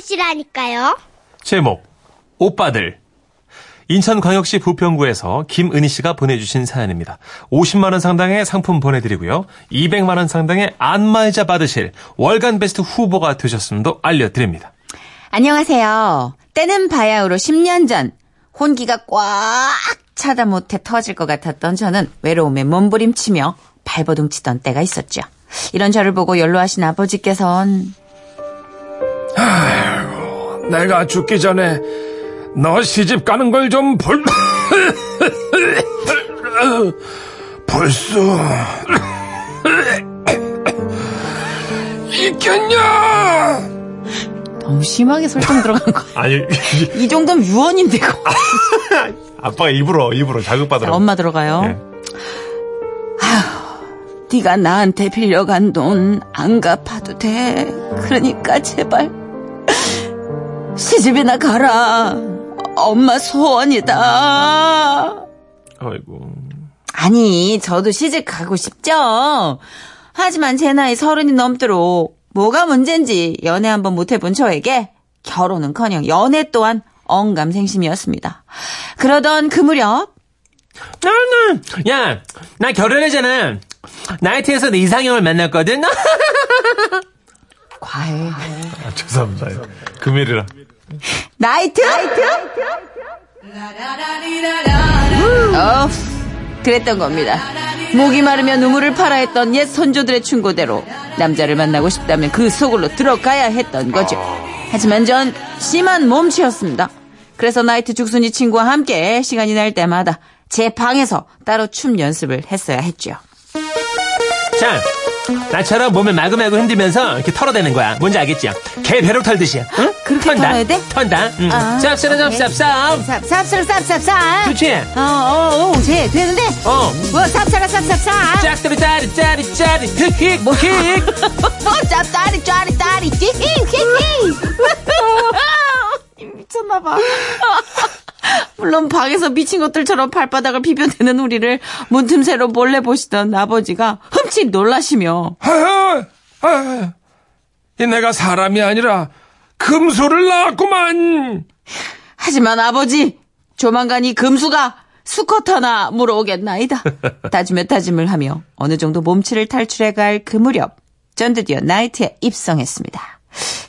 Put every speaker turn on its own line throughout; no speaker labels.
씨라니까요.
제목 오빠들 인천광역시 부평구에서 김은희 씨가 보내주신 사연입니다. 50만 원 상당의 상품 보내드리고요. 200만 원 상당의 안마의자 받으실 월간 베스트 후보가 되셨음도 알려드립니다.
안녕하세요. 때는 바야흐로 10년 전 혼기가 꽉 차다 못해 터질 것 같았던 저는 외로움에 몸부림치며 발버둥 치던 때가 있었죠. 이런 저를 보고 연로하신 아버지께선
내가 죽기 전에 너 시집 가는 걸 좀 볼... 벌써... 있겠냐?
너무 심하게 설정 들어간 거야.
아니
이 정도면 유언인데. 그거.
아빠가 일부러 일부러
자,
자극받으러
엄마 들어가요. 네. 네가 나한테 빌려간 돈 안 갚아도 돼. 그러니까 제발 시집이나 가라. 엄마 소원이다.
아이고
아니, 저도 시집 가고 싶죠. 하지만 제 나이 서른이 넘도록 뭐가 문제인지 연애 한번 못 해본 저에게 결혼은커녕 연애 또한 언감생심이었습니다. 그러던 그 무렵
나는 야나 결혼했잖아. 나이트에서 내 이상형을 만났거든.
과해.
아, 죄송합니다. 금요일이라.
나이트? 어, 그랬던 겁니다. 목이 마르며 눈물을 팔아했던 옛 선조들의 충고대로 남자를 만나고 싶다면 그 속으로 들어가야 했던 거죠. 하지만 전 심한 몸치였습니다. 그래서 나이트 죽순이 친구와 함께 시간이 날 때마다 제 방에서 따로 춤 연습을 했어야 했죠.
자, 나처럼 몸을 마구마구 흔들면서 이렇게 털어대는 거야. 뭔지 알겠지? 개 벼룩 털듯이. 응?
그렇게
턴다.
털어야 돼?
턴다. 응.
아,
쌉싸라
오케이.
쌉쌉쌉.
쌉, 쌉, 쌉, 쌉, 쌉.
좋지?
어, 어, 어, 제, 되는데?
어.
뭐, 쌉, 쌉, 쌉, 쌉, 쌉.
짝대로 짜리 짜리 짜리 흑흑
뭐?
흑.
뭐짭 짜리 짜리 짜리 띠히 미쳤나봐 물론 방에서 미친 것들처럼 발바닥을 비벼대는 우리를 문틈새로 몰래 보시던 아버지가 흠칫 놀라시며
아휴, 아휴, 이 내가 사람이 아니라 금수를 낳았구만.
하지만 아버지 조만간 이 금수가 수컷 하나 물어오겠나이다 다짐에 다짐을 하며 어느 정도 몸치를 탈출해갈 그 무렵 전 드디어 나이트에 입성했습니다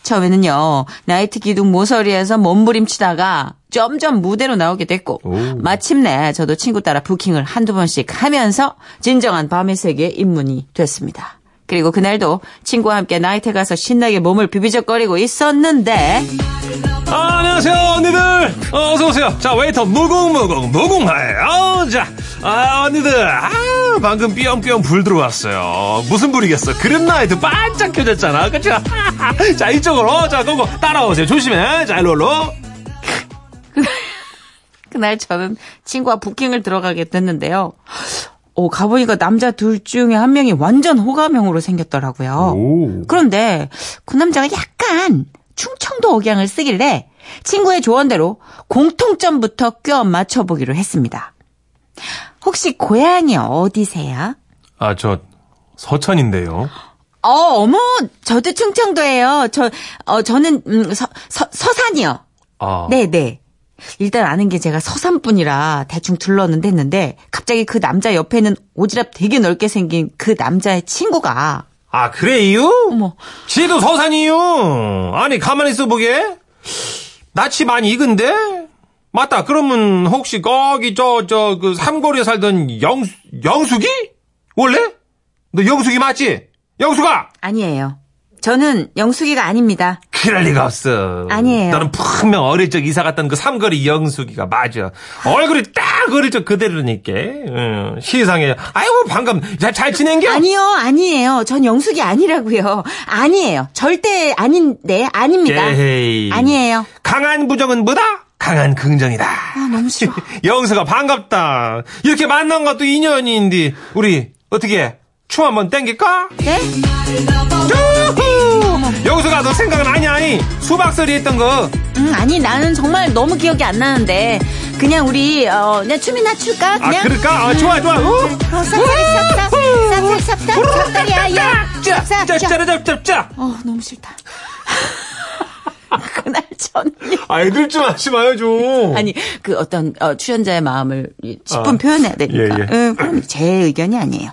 처음에는요 나이트 기둥 모서리에서 몸부림치다가 점점 무대로 나오게 됐고 마침내 저도 친구 따라 부킹을 한두 번씩 하면서 진정한 밤의 세계에 입문이 됐습니다 그리고 그날도 친구와 함께 나이트에 가서 신나게 몸을 비비적거리고 있었는데
아, 안녕하세요 언니들. 어, 어서 오세요. 자 웨이터 무궁무궁 무궁화에. 아우 자. 아 언니들. 아 방금 삐엄삐엄 불 들어왔어요. 무슨 불이겠어? 그릇 나이트 반짝 켜졌잖아. 그쵸? 자 이쪽으로 자 고고 따라오세요. 조심해. 자 일로 일로.
그날 저는 친구와 부킹을 들어가게 됐는데요. 오, 가보니까 남자 둘 중에 한 명이 완전 호감형으로 생겼더라고요. 그런데 그 남자가 약간 충청도 억양을 쓰길래 친구의 조언대로 공통점부터 껴 맞춰보기로 했습니다. 혹시 고향이 어디세요?
아 저 서천인데요.
어, 어머, 저도 충청도예요. 저, 어, 저는 음, 서, 서, 서산이요.
어.
아.
네네. 일단 아는 게 제가 서산뿐이라 대충 들렀는데 했는데 갑자기 그 남자 옆에는 오지랖 되게 넓게 생긴 그 남자의 친구가
아 그래요?
어머
지도 서산이요. 아니 가만히 있어 보게. 낯이 많이 익은데. 맞다. 그러면 혹시 거기 저 저 그 삼거리에 살던 영 영숙이? 원래? 너 영숙이 맞지? 영숙아.
아니에요. 저는 영숙이가 아닙니다.
그럴 리가 없어.
아니에요.
너는 분명 어릴 적 이사 갔던 그 삼거리 영숙이가 맞아. 얼굴이 딱 어릴 적 그대로니까. 응, 시상해. 아이고 방금 잘, 잘 지낸겨?
아니요 아니에요. 전 영숙이 아니라고요. 아니에요. 절대 아닌데 아닙니다.
예.
에헤이.
아니에요.
강한 부정은 뭐다? 강한 긍정이다.
아 너무 싫어.
영수가 반갑다. 이렇게 만난 것도 인연인데 우리 어떻게 해? 춤 한번 땡길까?
네?
영수가 너 생각은 아니 아니 수박소리 했던 거
음, 아니 나는 정말 너무 기억이 안 나는데 그냥 우리 어 그냥 춤이나 출까
아,
그냥.
그럴까? 아, 좋아, 좋아. 우!
어, 쌉싸리 쌉싸리 쌉싸리 쌉싸리 야, 야.
짭짭짭짭짭짭
어, 너무 싫다. 그날 언니.
아이들 좀 하지 마요, 좀.
아니 그 어떤 어, 출연자의 마음을 이 직분
아,
표현해야 되니까.
예, 예.
응, 그럼 제 의견이 아니에요.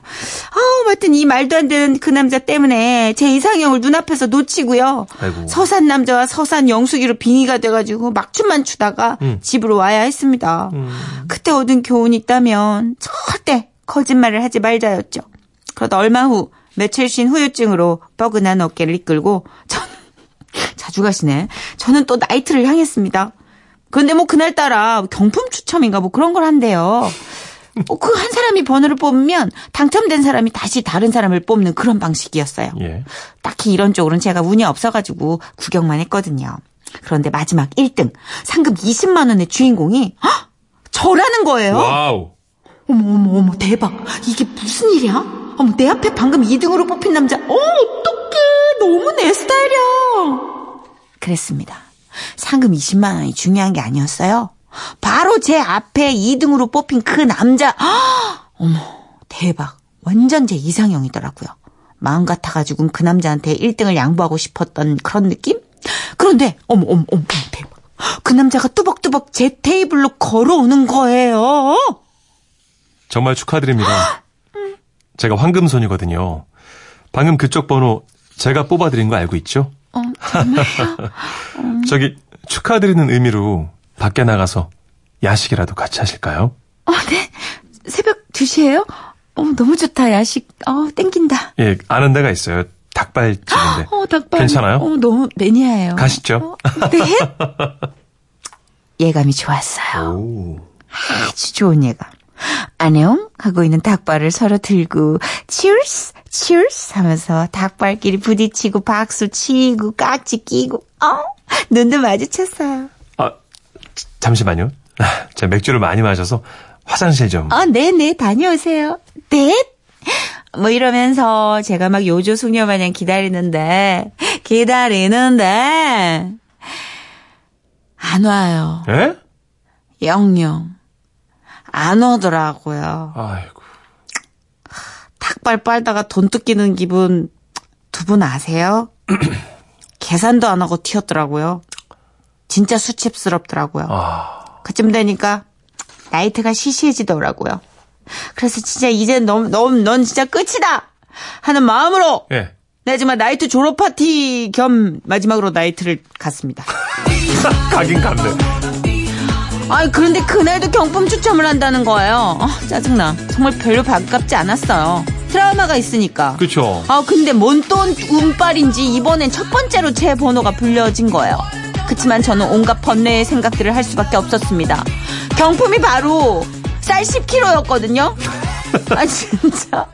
아우, 하여튼 이 말도 안 되는 그 남자 때문에 제 이상형을 눈앞에서 놓치고요.
아이고.
서산 남자와 서산 영숙이로 빙의가 돼가지고 막춤만 추다가
음.
집으로 와야 했습니다. 그때 얻은 교훈이 있다면 절대 거짓말을 하지 말자였죠. 그러다 얼마 후 며칠 쉰 후유증으로 뻐근한 어깨를 이끌고 저는 자주 가시네. 저는 또 나이트를 향했습니다. 그런데 뭐 그날따라 경품 추첨인가 뭐 그런 걸 한대요. 그 한 사람이 번호를 뽑으면 당첨된 사람이 다시 다른 사람을 뽑는 그런 방식이었어요.
예.
딱히 이런 쪽으로는 제가 운이 없어가지고 구경만 했거든요. 그런데 마지막 1등 상금 20만 원의 주인공이 헉! 저라는 거예요.
와우.
어머 어머 어머 대박 이게 무슨 일이야? 어머 내 앞에 방금 2등으로 뽑힌 남자 어 어떡해 너무 내 스타일이야 그랬습니다 상금 20만 원이 중요한 게 아니었어요 바로 제 앞에 2등으로 뽑힌 그 남자 헉! 어머 대박 완전 제 이상형이더라고요 마음 같아가지고는 그 남자한테 1등을 양보하고 싶었던 그런 느낌? 그런데 어머 어머 어머 대박 그 남자가 뚜벅뚜벅 제 테이블로 걸어오는 거예요
정말 축하드립니다. 제가 황금손이거든요. 방금 그쪽 번호 제가 뽑아드린 거 알고 있죠?
어,
저기 축하드리는 의미로 밖에 나가서 야식이라도 같이 하실까요?
어, 네. 새벽 2시에요? 어, 너무 좋다, 야식. 어, 땡긴다.
예, 아는 데가 있어요. 닭발집인데.
어, 닭발.
괜찮아요?
어, 너무 매니아예요.
가시죠.
어, 네. 예감이 좋았어요.
오.
아주 좋은 예감. 안녕? 하고 있는 닭발을 서로 들고, 치얼스, 치얼스 하면서 닭발끼리 부딪히고, 박수 치고, 깍지 끼고, 어? 눈도 마주쳤어요.
아, 자- 잠시만요. 제가 맥주를 많이 마셔서 화장실 좀.
어, 네네, 다녀오세요. 네? 뭐 이러면서 제가 막 요조 숙녀 마냥 기다리는데, 기다리는데, 안 와요.
예?
영영. 안 오더라고요.
아이고.
닭발 빨다가 돈 뜯기는 기분 두 분 아세요? 계산도 안 하고 튀었더라고요. 진짜 수치스럽더라고요.
아.
그쯤 되니까 나이트가 시시해지더라고요. 그래서 진짜 이제 너무 너무 넌 진짜 끝이다 하는 마음으로
예.
내 지만 네, 나이트 졸업 파티 겸 마지막으로 나이트를 갔습니다.
가긴 간데.
아 그런데 그날도 경품 추첨을 한다는 거예요. 아, 짜증나. 정말 별로 반갑지 않았어요. 트라우마가 있으니까.
그쵸.
아 근데 뭔 또 운빨인지 이번엔 첫 번째로 제 번호가 불려진 거예요. 그치만 저는 온갖 번뇌의 생각들을 할 수밖에 없었습니다. 경품이 바로 쌀 10kg였거든요. 아 진짜.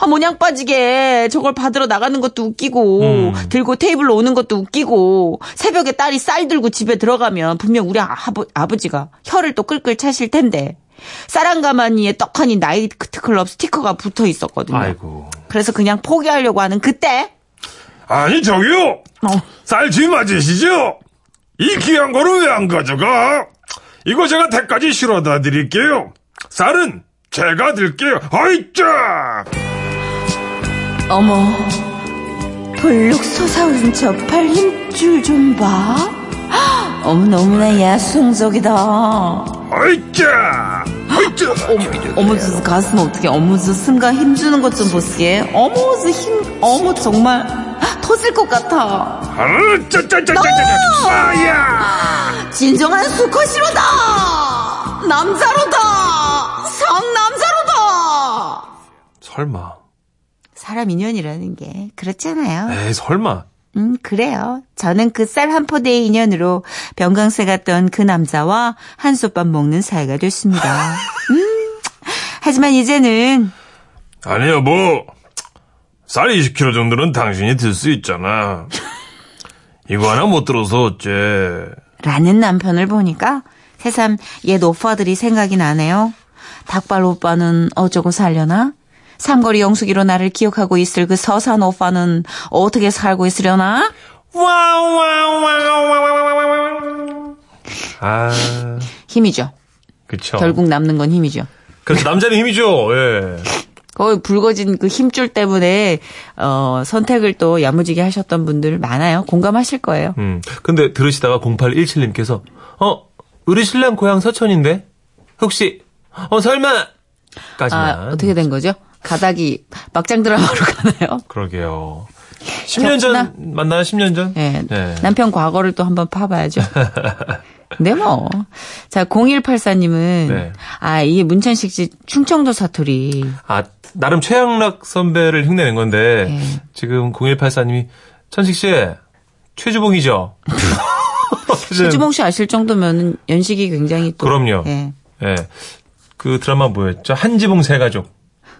아 모냥 빠지게 저걸 받으러 나가는 것도 웃기고
음.
들고 테이블로 오는 것도 웃기고 새벽에 딸이 쌀 들고 집에 들어가면 분명 우리 아버, 아버지가 혀를 또 끌끌 차실 텐데 쌀한 가마니에 떡하니 나이트 클럽 스티커가 붙어 있었거든요.
아이고.
그래서 그냥 포기하려고 하는 그때 어.
아니 저기요 쌀집 맞으시죠? 이 귀한 거를 왜 안 가져가? 이거 제가 택까지 실어다 드릴게요 쌀은 제가 들게요 아이짜
어머 볼록 솟아오른 저 팔 힘줄 좀봐 어머 너무나 야수성적이다
아이짜 아이짜
어머 저 가슴 어떻게 어머 저 승가 힘주는 것 좀 보시게 어머 저 힘 어머 정말 터질 것 같아
아짜짜짜짜짜
예.
아야
진정한 수컷이로다 남자로다 상남자로다
설마.
사람 인연이라는 게 그렇잖아요
에이, 설마.
음, 그래요. 저는 그 쌀 한 포대의 인연으로 병강세 갔던 그 남자와 한솥밥 먹는 사이가 됐습니다. 음. 하지만 이제는
아니
뭐,
여보 쌀 20kg 정도는 당신이 들 수 있잖아 이거 하나 못 들어서 어째
라는 남편을 보니까 새삼 옛 오빠들이 생각이 나네요. 닭발 오빠는 어쩌고 살려나? 삼거리 영숙이로 나를 기억하고 있을 그 서산 오빠는 어떻게 살고 있으려나?
와우, 와우, 와우, 와우, 와우, 와우. 아,
힘이죠.
그쵸. 어.
결국 남는 건 힘이죠.
그래서 남자는 힘이죠, 예.
그 붉어진 그 힘줄 때문에 어, 선택을 또 야무지게 하셨던 분들 많아요. 공감하실 거예요.
음. 근데 들으시다가 0817님께서 어 우리 신랑 고향 서천인데 혹시 어 설마 까지만
아, 어떻게 된 거죠? 가닥이 막장 드라마로 가나요?
그러게요. 10년 전
겹치나?
만나요? 10년 전?
예.
네.
남편 과거를 또 한번 파봐야죠. 네, 뭐. 자, 0184님은,
네.
아, 이게 문천식 씨 충청도 사투리.
아 나름 최양락 선배를 흉내낸 건데
예.
지금 0184님이 천식 씨 최주봉이죠.
최주봉 씨 아실 정도면 연식이 굉장히 또.
그럼요.
예.
예. 그 드라마 뭐였죠? 한지봉 세 가족.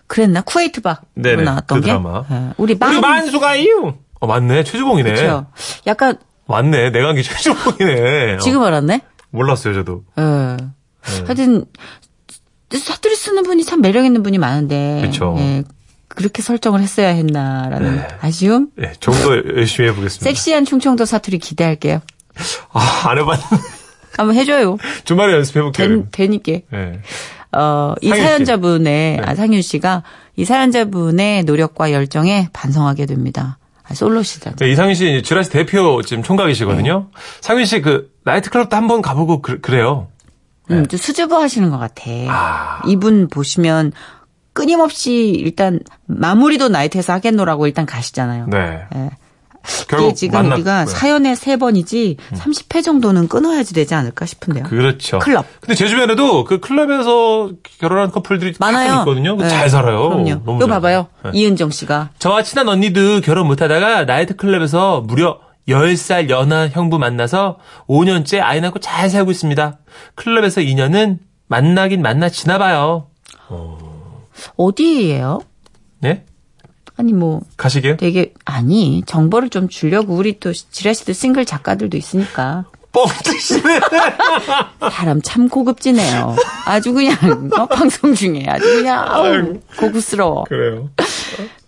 그랬나? 쿠웨이트 박.
네네,
나왔던
그
게.
드라마.
예. 우리 만.
우리 만수가이요. 어 맞네 최주봉이네.
그렇죠. 약간,
맞네 내강기 최주봉이네. 어,
지금 알았네?
몰랐어요 저도.
예.
네.
하여튼, 사투리 쓰는 분이 참 매력 있는 분이 많은데.
그쵸.
예. 그렇게 설정을 했어야 했나라는 아쉬움?
예, 좀 더 열심히 해보겠습니다.
섹시한 충청도 사투리 기대할게요.
아, 안 해봤는데.
한번 해줘요.
주말에 연습해볼게요.
된, 되니까.
예.
어, 이
네. 상윤 씨. 네.
사연자분의, 아, 상윤 씨가 이 사연자분의 노력과 열정에 반성하게 됩니다. 아, 솔로시다.
네, 이상윤 씨, 이제 주라시 대표 지금 총각이시거든요.
네.
상윤 씨, 그, 나이트클럽도 한번 가보고 그, 그래요.
음, 좀 수줍어 하시는 것 같아.
네. 아.
이분 보시면 끊임없이 일단 마무리도 나이트에서 하겠노라고 일단 가시잖아요.
네.
예.
결국
이게 지금
만났고요. 네. 음.
우리가 사연에 세번이지 30회 정도는 끊어야지 되지 않을까 싶은데요.
그렇죠.
클럽.
근데 제 주변에도 그 클럽에서 결혼한 커플들이
많아요.
가끔 있거든요.
네.
잘 살아요.
그럼요.
너무
이거
잘
봐봐요.
살아요. 네.
이은정 씨가
저와 친한 언니도 결혼 못하다가 나이트클럽에서 무려 10살 연하 형부 만나서 5년째 아이 낳고 잘 살고 있습니다. 클럽에서 2년은 만나긴 만나치나 봐요.
어디예요?
네?
아니 뭐
가시게요?
되게 아니 정보를 좀 주려고 우리 또 지라시드 싱글 작가들도 있으니까
뻥 뜨시네.
사람 참 고급지네요. 아주 그냥 어? 방송 중에 아주 그냥 아우, 고급스러워.
그래요.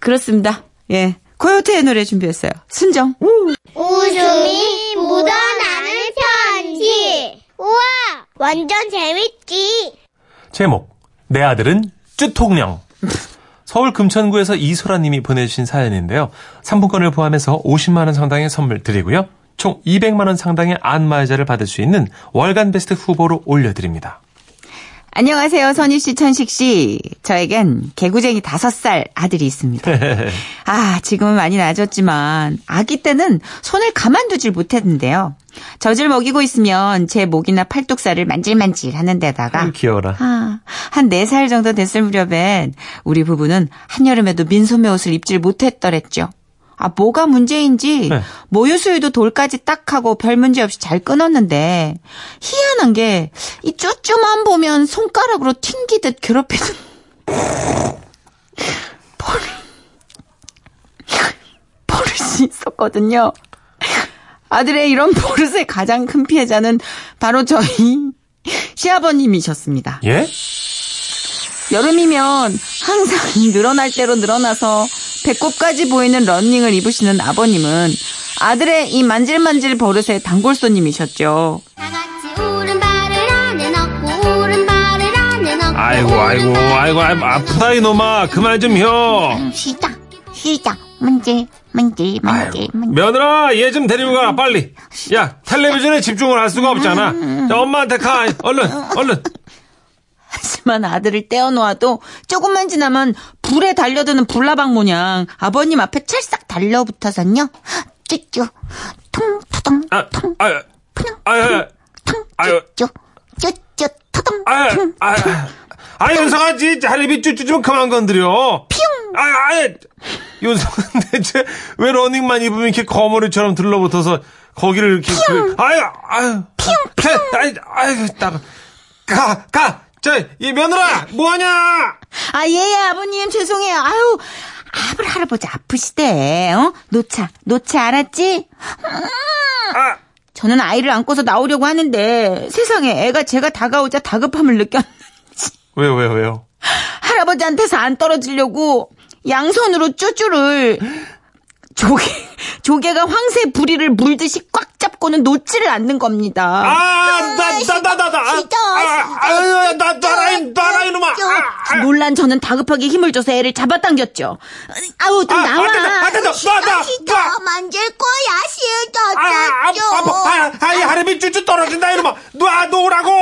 그렇습니다. 예. 코요태의 노래 준비했어요. 순정.
웃음이 묻어나는 편지. 우와! 완전 재밌지?
제목 내 아들은 쭈통령 서울 금천구에서 이소라님이 보내주신 사연인데요. 상품권을 포함해서 50만 원 상당의 선물 드리고요. 총 200만 원 상당의 안마의자를 받을 수 있는 월간 베스트 후보로 올려드립니다.
안녕하세요, 선희 씨, 천식 씨. 저에겐 개구쟁이 다섯 살 아들이 있습니다. 아, 지금은 많이 나아졌지만, 아기 때는 손을 가만두질 못했는데요. 젖을 먹이고 있으면 제 목이나 팔뚝살을 만질만질 하는 데다가,
귀여워라.
아, 한 4살 정도 됐을 무렵엔 우리 부부는 한여름에도 민소매 옷을 입질 못했더랬죠. 아, 뭐가 문제인지
네.
모유수유도 돌까지 딱 하고 별 문제 없이 잘 끊었는데 희한한 게 이 쭈쭈만 보면 손가락으로 튕기듯 괴롭히는 버릇, 버릇이 있었거든요. 아들의 이런 버릇의 가장 큰 피해자는 바로 저희 시아버님이셨습니다.
예?
여름이면 항상 늘어날 대로 늘어나서 배꼽까지 보이는 런닝을 입으시는 아버님은 아들의 이 만질만질 버릇의 단골손님이셨죠.
다 같이 오른발을 안에 넣고, 오른발을 안에 넣고.
아이고 아이고 아이고 뭐 아이고 아프다 이놈아 그만 좀 혀.
시작, 시작. 문제, 문제, 문제, 문제.
며느라 얘 좀 데리고 가 빨리. 야 텔레비전에 집중을 할 수가
음,
없잖아. 자, 엄마한테 가 얼른 얼른.
하지만 아들을 떼어놓아도 조금만 지나면 불에 달려드는 불나방 모양 아버님 앞에 찰싹 달려붙어선요. 쭈쭈, 퉁, 투덩,
아,
퉁,
아, 아, 아,
퉁,
아유.
쭈쭈, 쭈쭈, 투덩,
아,
퉁,
아, 아, 윤성아, 지 할리비 쭈쭈 좀 그만 건드려. 퓨. 아, 아, 윤성아, 대체 왜 러닝만 입으면 이렇게 거머리처럼 들러붙어서 거기를 이렇게. 그, 아유, 아유. 퓨. 아유, 아유, 따가. 가, 가. 아, 저, 이 며느라, 뭐하냐?
아, 예, 예, 아버님, 죄송해요. 아유, 아블 할아버지 아프시대. 어? 노차, 노차, 알았지?
아,
저는 아이를 안고서 나오려고 하는데 세상에 애가 제가 다가오자 다급함을 느꼈
왜요, 왜요, 왜요?
할아버지한테서 안 떨어지려고 양손으로 쭈쭈를 조개, 조개가 황새 부리를 물듯이 꽉 잡고는 놓지를 않는 겁니다.
아나나나나나
진짜,
아유 나 나라 나라 이놈아 아, 아.
놀란 저는 다급하게 힘을 줘서 애를 잡아당겼죠. 아우, 또
아,
나와.
안 된다, 안 된다, 나, 나, 나.
만질 거야
아, 아,
싫어졌죠
아, 아, 아, 이 하렘이 쭈쭈 떨어진다, 이놈아. 놔, 놓으라고!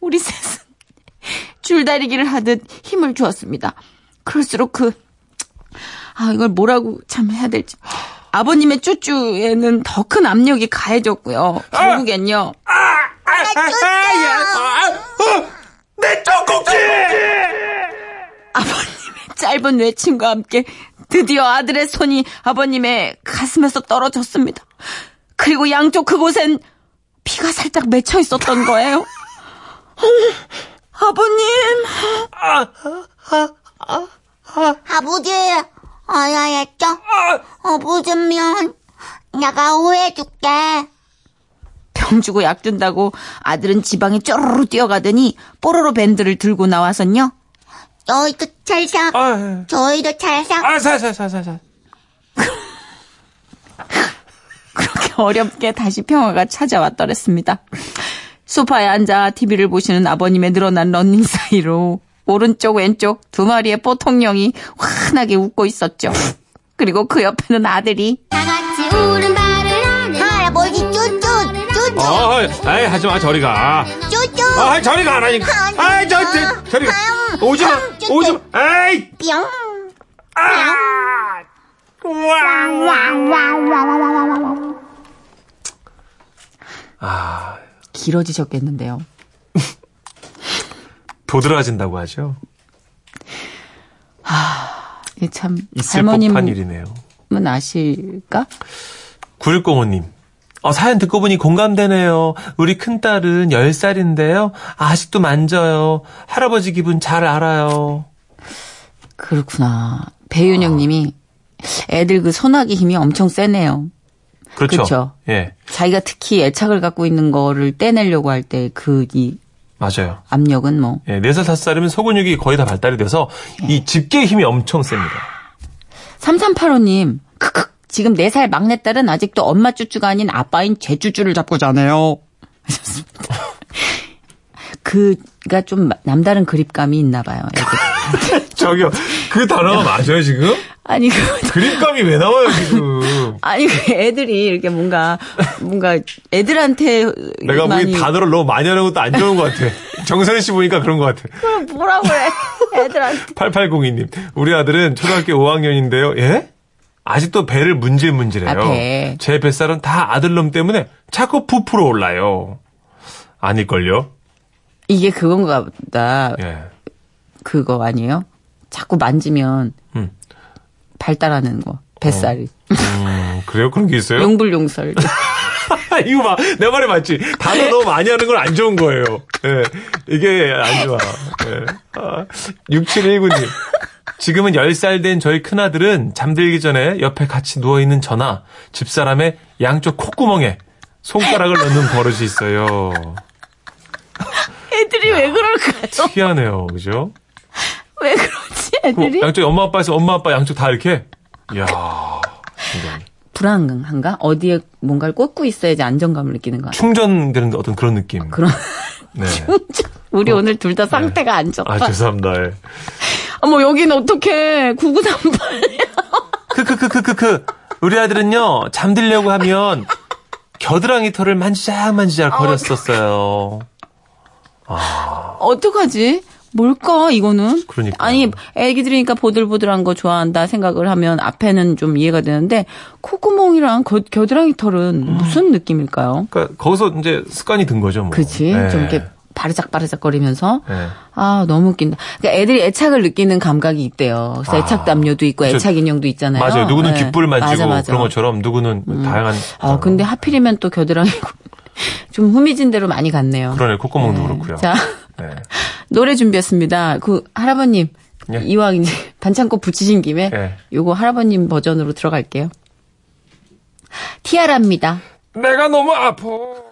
우리 셋은 줄다리기를 하듯 힘을 주었습니다. 그럴수록 그, 아, 이걸 뭐라고 참 해야 될지. 아버님의 쭈쭈에는 더 큰 압력이 가해졌고요. 결국엔요.
아, 아, 아, 아, 야, 아, 어, 내 젖꼭지!
아버님의 짧은 외침과 함께 드디어 아들의 손이 아버님의 가슴에서 떨어졌습니다. 그리고 양쪽 그곳엔 피가 살짝 맺혀 있었던 거예요. 어머, 아버님.
아버지 어야했죠
아.
아버지 면 내가 후회해줄게
병 주고 약 준다고 아들은 지방에 쪼르르 뛰어가더니 뽀로로 밴드를 들고 나와선요.
너희도 찰싹
아,
저희도 찰싹
아, 사, 사, 사, 사, 사.
그렇게 어렵게 다시 평화가 찾아왔더랬습니다. 소파에 앉아 TV를 보시는 아버님의 늘어난 러닝 사이로 오른쪽 왼쪽 두 마리의 보통령이 환하게 웃고 있었죠. 그리고 그 옆에는 아들이
다같이 오른발을 안에 할아버지 쭈쭈 쭈쭈
어, 아이, 하지 마, 저리 가.
쭈쭈
아, 저리 가라니까. 아, 저, 저, 저리 가. 오지 마, 오지 마. 에이!
뿅
아! 왕, 왕, 왕, 왕, 왕, 왕, 왕.
길어지셨겠는데요.
도드라진다고 하죠.
이게 참
있을 법한
할머님은
일이네요.
아실까?
9105님. 어, 사연 듣고 보니 공감되네요. 우리 큰딸은 10살인데요. 아직도 만져요. 할아버지 기분 잘 알아요.
그렇구나. 배윤영님이 애들 그 소나기 힘이 엄청 세네요.
그렇죠.
그쵸.
예.
자기가 특히 애착을 갖고 있는 거를 떼내려고 할 때 그 이
맞아요.
압력은 뭐
예, 4살, 5살이면 소근육이 거의 다 발달이 돼서 이 집게 힘이 엄청 셉니다.
3385님, 크크, 지금 4살 막내딸은 아직도 엄마 쭈쭈가 아닌 아빠인 제 쭈쭈를 잡고 자네요. 하셨습니다. 그가 그러니까 좀 남다른 그립감이 있나 봐요. 애들.
저기요. 그 단어가 맞아요, 지금?
아니, 그,
그립감이 왜 나와요, 지금?
아니, 그 애들이 이렇게 뭔가, 뭔가 애들한테.
내가 보기
많이
단어를 너무 많이 하는 것도 안 좋은 것 같아. 정선희 씨 보니까 그런 것 같아.
뭐라고 해. 애들한테.
8802님. 우리 아들은 초등학교 5학년인데요. 예? 아직도 배를 문질문질해요.
아, 배.
제 뱃살은 다 아들놈 때문에 자꾸 부풀어 올라요. 아닐걸요?
이게 그건가 보다.
예.
그거 아니에요? 자꾸 만지면.
음.
발달하는 거. 뱃살이.
음, 그래요? 그런 게 있어요? 아,
용불용설.
이거 봐. 내 말이 맞지? 단어 너무 많이 하는 건 안 좋은 거예요. 예. 이게 안 좋아. 예. 아, 6719님. 지금은 10살 된 저희 큰아들은 잠들기 전에 옆에 같이 누워있는 저나 집사람의 양쪽 콧구멍에 손가락을 넣는 버릇이 있어요.
애들이 왜 그럴까요?
특이하네요. 그죠?
왜 그러지,
그
애들이?
양쪽 엄마 아빠에서 엄마 아빠 양쪽 다 이렇게? 이야. 이건
불안한가? 어디에 뭔가를 꽂고 있어야지 안정감을 느끼는 거 아니야?
충전되는 어떤 그런 느낌.
그런.
네. 어.
우리 오늘 둘 다 상태가 안 좋다.
아, 죄송합니다. 예.
어머, 여긴 어떡해. 9938이야.
그, 크크크크크크. 우리 아들은요, 잠들려고 하면 겨드랑이 털을
아,
만지작만지작 거렸었어요.
어떡하지? 뭘까, 이거는?
그러니까요.
아니, 애기들이니까 보들보들한 거 좋아한다 생각을 하면 앞에는 좀 이해가 되는데, 콧구멍이랑 겨, 겨드랑이 털은
음.
무슨 느낌일까요?
그러니까 거기서 이제 습관이 든 거죠, 뭐.
그치?
예.
좀 이렇게 바르작바르작 거리면서.
예.
아, 너무 웃긴다. 그러니까 애들이 애착을 느끼는 감각이 있대요. 그래서 애착 담요도 있고
아, 그쵸.
애착 인형도 있잖아요.
맞아요. 누구는
예.
귓불 만지고
맞아, 맞아.
그런 것처럼 누구는 다양한.
아, 근데 하필이면 또 겨드랑이고. 좀 후미진 대로 많이 갔네요.
그러네, 콧구멍도 그렇고요.
자,
네.
노래 준비했습니다. 그, 할아버님.
예.
이왕 이제 반창고 붙이신 김에
예.
요거 할아버님 버전으로 들어갈게요. 티아라입니다.
내가 너무 아파.